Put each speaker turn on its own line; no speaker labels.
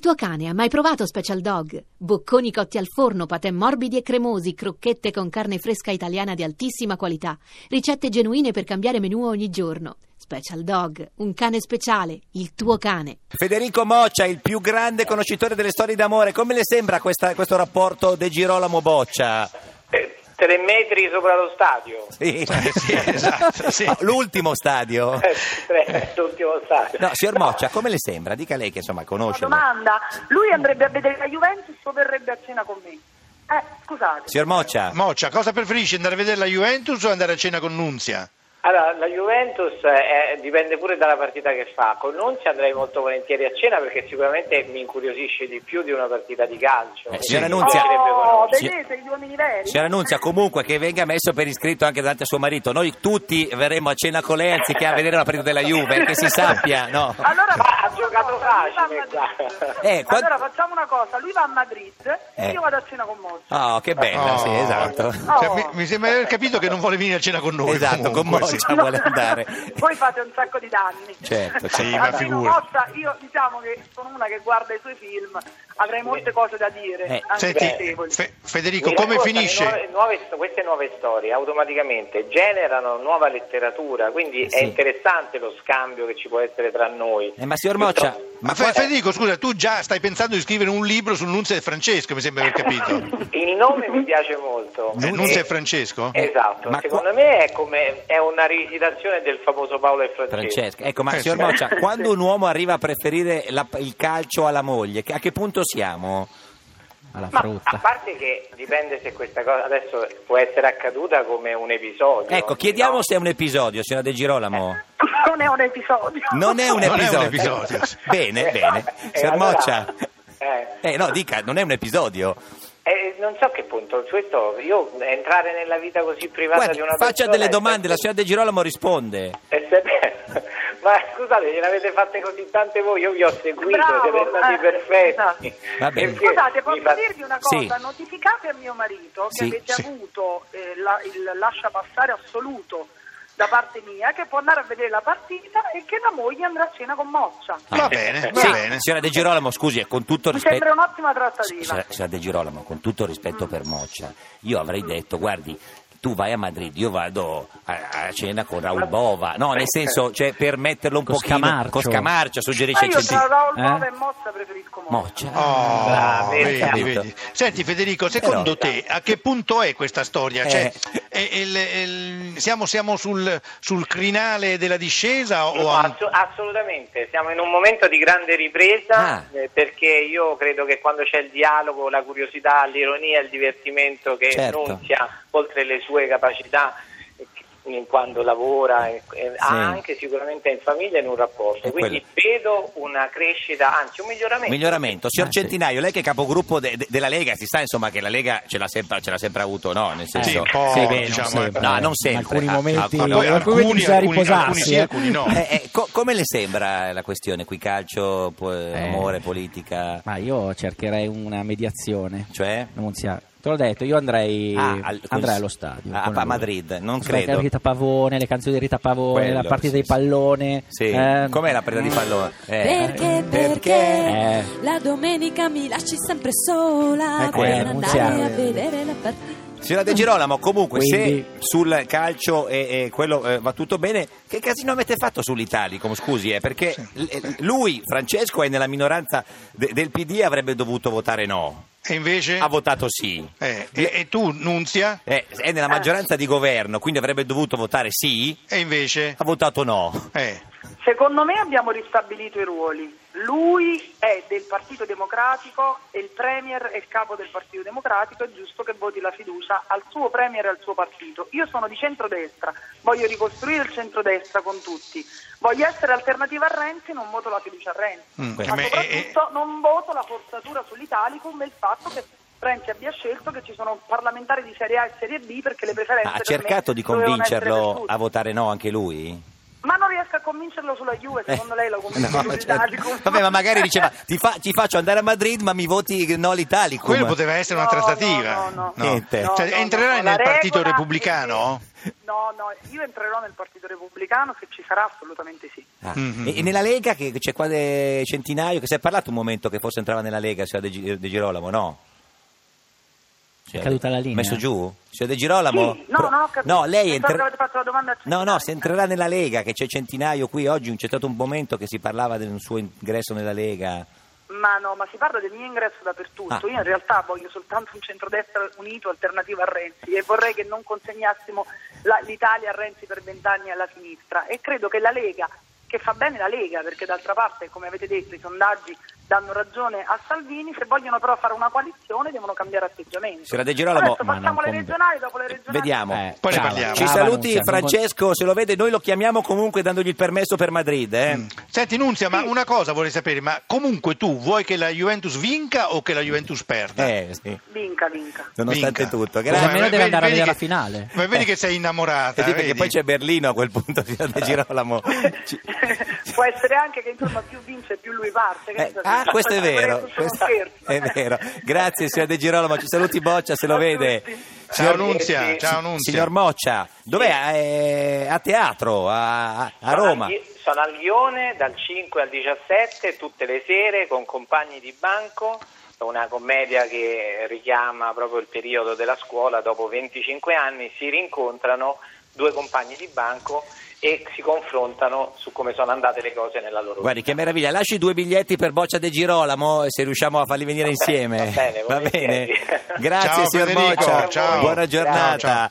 tuo cane ha mai provato Special Dog? Bocconi cotti al forno, patè morbidi e cremosi, crocchette con carne fresca italiana di altissima qualità, ricette genuine per cambiare menù ogni giorno. Special Dog, un cane speciale, il tuo cane.
Federico Moccia, il più grande conoscitore delle storie d'amore, come le sembra questa- questo rapporto De Girolamo Boccia?
Eh, Tre metri sopra lo stadio.
Sì.
Sì, esatto, sì.
No, l'ultimo stadio?
Eh, tre- L'ultimo stadio.
No, signor Moccia, come le sembra? Dica lei che insomma
Una
conosce.
domanda, lui andrebbe a vedere la Juventus o verrebbe a cena con me? Eh, scusate.
Signor Moccia,
Moccia, cosa preferisci andare a vedere la Juventus o andare a cena con Nunzia?
Allora, la Juventus eh, dipende pure dalla partita che fa. Con Nunzi andrei molto volentieri a cena perché sicuramente mi incuriosisce di più di una partita di calcio.
Eh,
Mi
signora
piacerebbe
Nunzia.
Oh,
conoscere.
Sì.
vedete gli uomini veri?
signora Nunzia, comunque che venga messo per iscritto anche davanti a suo marito. Noi tutti verremo a cena con lei anziché a vedere la partita della Juve, che si sappia, no?
Allora,
Ma ha
facciamo
giocato
una cosa, lui va
facile,
a Madrid.
Eh, qua-
Allora facciamo una cosa, lui va a Madrid
Eh.
e io vado a cena con Mozart.
Oh, che bella,
Oh.
sì, esatto.
Oh.
Cioè, mi, mi sembra di aver capito che non vuole venire a cena con noi.
Esatto, con
comunque, sì.
Moccia vuole andare.
Voi fate un sacco di danni.
Certo, certo.
Sì, ma
Almeno
figurati.
Mozart, io diciamo che sono una che guarda i suoi film, avrei molte cose da dire,
Eh,
anche
Senti,
piacevoli.
Fe- Federico,
Mi
come
raccontami
finisce?
nuove- nuove- queste nuove storie automaticamente generano nuova letteratura, quindi è
Sì.
interessante lo scambio che ci può essere tra noi.
Eh, ma signor Moccia,
Ma Fe- Federico, scusa, tu già stai pensando di scrivere un libro su Nunzia e Francesco, mi sembra di aver capito.
Il nome mi piace molto.
Eh, Nunzia e Francesco?
Esatto,
Ma
secondo
qua-
me è, come, è una rivisitazione del famoso Paolo e Francesco.
Francesca, ecco, ma
Eh,
signor
sì.
Moccia, quando un uomo arriva a preferire la- il calcio alla moglie, che- a che punto siamo?
alla
Ma
frutta.
a parte che dipende se questa cosa adesso può essere accaduta come un episodio.
Ecco,
no?
chiediamo se è un episodio, signora De Girolamo.
Non è un episodio.
Non è un
Non è un
episodio.
episodio.
Bene, bene.
Eh,
Signor
allora-
Moccia.
Eh.
Eh, no, dica, non è un episodio.
Eh, non so a che punto, questo, io entrare nella vita così privata
Guardi,
di una
faccia
persona
delle
è
domande, la
sempre-
signora De Girolamo risponde.
è sempre- Ma scusate, gliene avete fatte così tante voi, io vi ho seguito,
Bravo,
siete stati
eh,
perfetti.
esatto.
Va bene.
Perché
Scusate,
mi
posso
fa-
dirvi una
Sì.
cosa? Notificate a mio marito che
Sì,
avete
sì.
avuto eh, la- il lascia passare assoluto da parte mia, che può andare a vedere la partita e che la moglie andrà a cena con Moccia.
Va bene, va
Ah. Sì,
bene.
Signora De Girolamo, scusi, eh, con tutto
Mi
rispetto...
sembra un'ottima trattativa.
Signora, signora De Girolamo, con tutto rispetto per Moccia, io avrei detto, guardi, tu vai a Madrid, io vado a, a cena con Raul Bova, no, nel senso, cioè, per metterlo un
Con
pochino...
Scamarcio.
Con Scamarcio,
Ma
suggerisce il
io tra
Centino.
Raul
Eh?
Bova e Mozza preferisco Mozza.
Moccia.
Oh,
Bravo,
vedi,
capito.
vedi. Senti Federico, secondo
Però-
te a che punto è questa storia? Cioè,
Eh.
è- è il- è il- siamo, siamo sul, sul crinale della discesa o
No,
a-
assu- assolutamente, siamo in un momento di grande ripresa
Ah.
eh, perché io credo che quando c'è il dialogo, la curiosità, l'ironia, il divertimento che
Certo.
Nunzia, oltre le sue capacità eh, in quando lavora, eh, eh, ha anche sicuramente in famiglia e in un rapporto.
È
Quindi vedo una crescita, anzi un miglioramento.
Miglioramento. Signor
Ah, sì.
Centinaio, lei che è capogruppo de- de- della Lega, si sa insomma che la Lega ce l'ha sempre, ce l'ha sempre avuto, no? Nel senso...
Sì, un po',
Sì, beh, non
diciamo,
sempre,
eh.
No, non
in
sempre.
alcuni
Ah,
momenti,
ah,
in
poi
alcuni
alcuni-
momenti bisogna
alcuni-
riposarsi.
alcuni sì,
eh.
alcuni no.
Eh, eh, co- come le sembra la questione qui calcio, po-
Eh.
amore, politica?
Ma io cercherei una mediazione.
Cioè?
Non sia- Te l'ho detto, io andrei,
Ah, al-
andrei
con-
allo stadio.
a-
con
a
lui.
Madrid, non
Aspetta,
credo.
Rita Pavone, le canzoni di Rita Pavone,
Quello,
la partita
sì,
di pallone.
Sì,
eh,
com'è la presa di pallone? Eh.
Perché, perché
Eh.
la domenica mi lasci sempre
Eh,
Ecco.
sola per
quello,
non
andare
siamo.
a vedere la partita?
Signora De Girolamo, comunque,
Quindi-
se sul calcio e, e quello eh, va tutto bene, che casino avete fatto sull'Italicum? Scusi, eh, perché l- lui, Francesco, è nella minoranza de- del PD e avrebbe dovuto votare no.
E invece?
Ha votato sì.
Eh, e, e tu, Nunzia?
Eh, è
Ah.
nella maggioranza di governo, quindi avrebbe dovuto votare sì,
E invece?
ha votato no.
Eh.
Secondo me abbiamo ristabilito i ruoli. Lui è del Partito Democratico e il Premier è il capo del Partito Democratico, è giusto che voti la fiducia al suo Premier e al suo partito. Io sono di centrodestra, voglio ricostruire il centrodestra con tutti. Voglio essere alternativa a Renzi, non voto la fiducia a Renzi.
Mm,
Ma
eh,
soprattutto non voto la forzatura sull'Italicum e il fatto che Renzi abbia scelto che ci sono parlamentari di Serie A e Serie B perché le preferenze
Ha
per me
cercato di
dovevano essere per
convincerlo
tutti.
a votare no anche lui?
Ma non ries- riesca a convincerlo sulla Juve, secondo lei
Eh.
lo
No,
convince sui
cioè,
dati, comunque.
vabbè, ma magari diceva ti, fa- ti faccio andare a Madrid, ma mi voti no l'Italicum.
Quello poteva essere una
No,
trattativa.
no, no,
no. Niente.
Cioè,
No, no,
entrerai
no,
nel
la
partito
regola-
repubblicano?
No, no, io entrerò nel Partito Repubblicano se ci sarà assolutamente sì.
Ah,
Mhm.
E, e nella Lega che c'è qua de- Centinaio, che si è parlato un momento che forse entrava nella Lega, signora De, Gi- De Girolamo, no?
È caduta la linea.
Messo giù? Signora De Girolamo?
Sì, no, no, ho capito.
No, lei
Pensavo
entrerà-
che avete fatto la domanda a
No,
Centinaio.
no, se entrerà nella Lega, che c'è Centinaio qui oggi, c'è stato un momento che si parlava del suo ingresso nella Lega.
Ma no, ma si parla del mio ingresso dappertutto.
Ah.
Io in realtà voglio soltanto un centrodestra unito alternativo a Renzi e vorrei che non consegnassimo la- l'Italia a Renzi per vent'anni alla sinistra. E credo che la Lega, che fa bene la Lega, perché d'altra parte, come avete detto, i sondaggi danno ragione a Salvini, se vogliono però fare una coalizione devono cambiare atteggiamento.
Signora De Girolamo,
Adesso
ma
facciamo
non
le
con-
regionali, dopo le regionali...
Vediamo.
Eh,
Poi ne
ciao,
parliamo.
Ci
ciao,
saluti
Nunzia, non con-
Francesco, se lo vede noi lo chiamiamo comunque dandogli il permesso per Madrid. Eh?
Mm. Senti Nunzia, ma una cosa vorrei sapere, ma comunque tu vuoi che la Juventus vinca o che la Juventus perda?
Eh, sì.
Vinca, vinca.
Nonostante
Vinca.
tutto,
Ah. Come-
grazie.
almeno deve
vedi-
andare a
vedi
vedere
che-
la finale.
Ma vedi che sei innamorata.
Eh sì, perché
vedi?
poi c'è Berlino a quel punto, signor
Eh.
De Girolamo. Ci-
Può essere anche che insomma più vince più lui parte. che
Eh,
ne so,
ah,
se-
questo è vero,
sono
questo
scherzi.
è vero. Grazie, signor De Girolamo. Ci saluti, Boccia, se lo
A
vede.
tutti.
Ciao
Signor-
Nunzia, ciao Nunzia.
Signor Moccia, dov'è? Eh, a teatro, a, a- a
Sono
Roma.
al Ghi- sono al Ghione dal 5 al 17 tutte le sere con compagni di banco, una commedia che richiama proprio il periodo della scuola, dopo 25 anni si rincontrano due compagni di banco e si confrontano su come sono andate le cose nella loro vita.
Guardi che meraviglia, lasci due biglietti per Boccia De Girolamo se riusciamo a farli venire
Va bene,
insieme.
va bene,
Va bene.
volentieri.
Grazie
Ciao,
signor
Federico,
Boccia,
ciao.
buona
Ciao,
giornata.
ciao.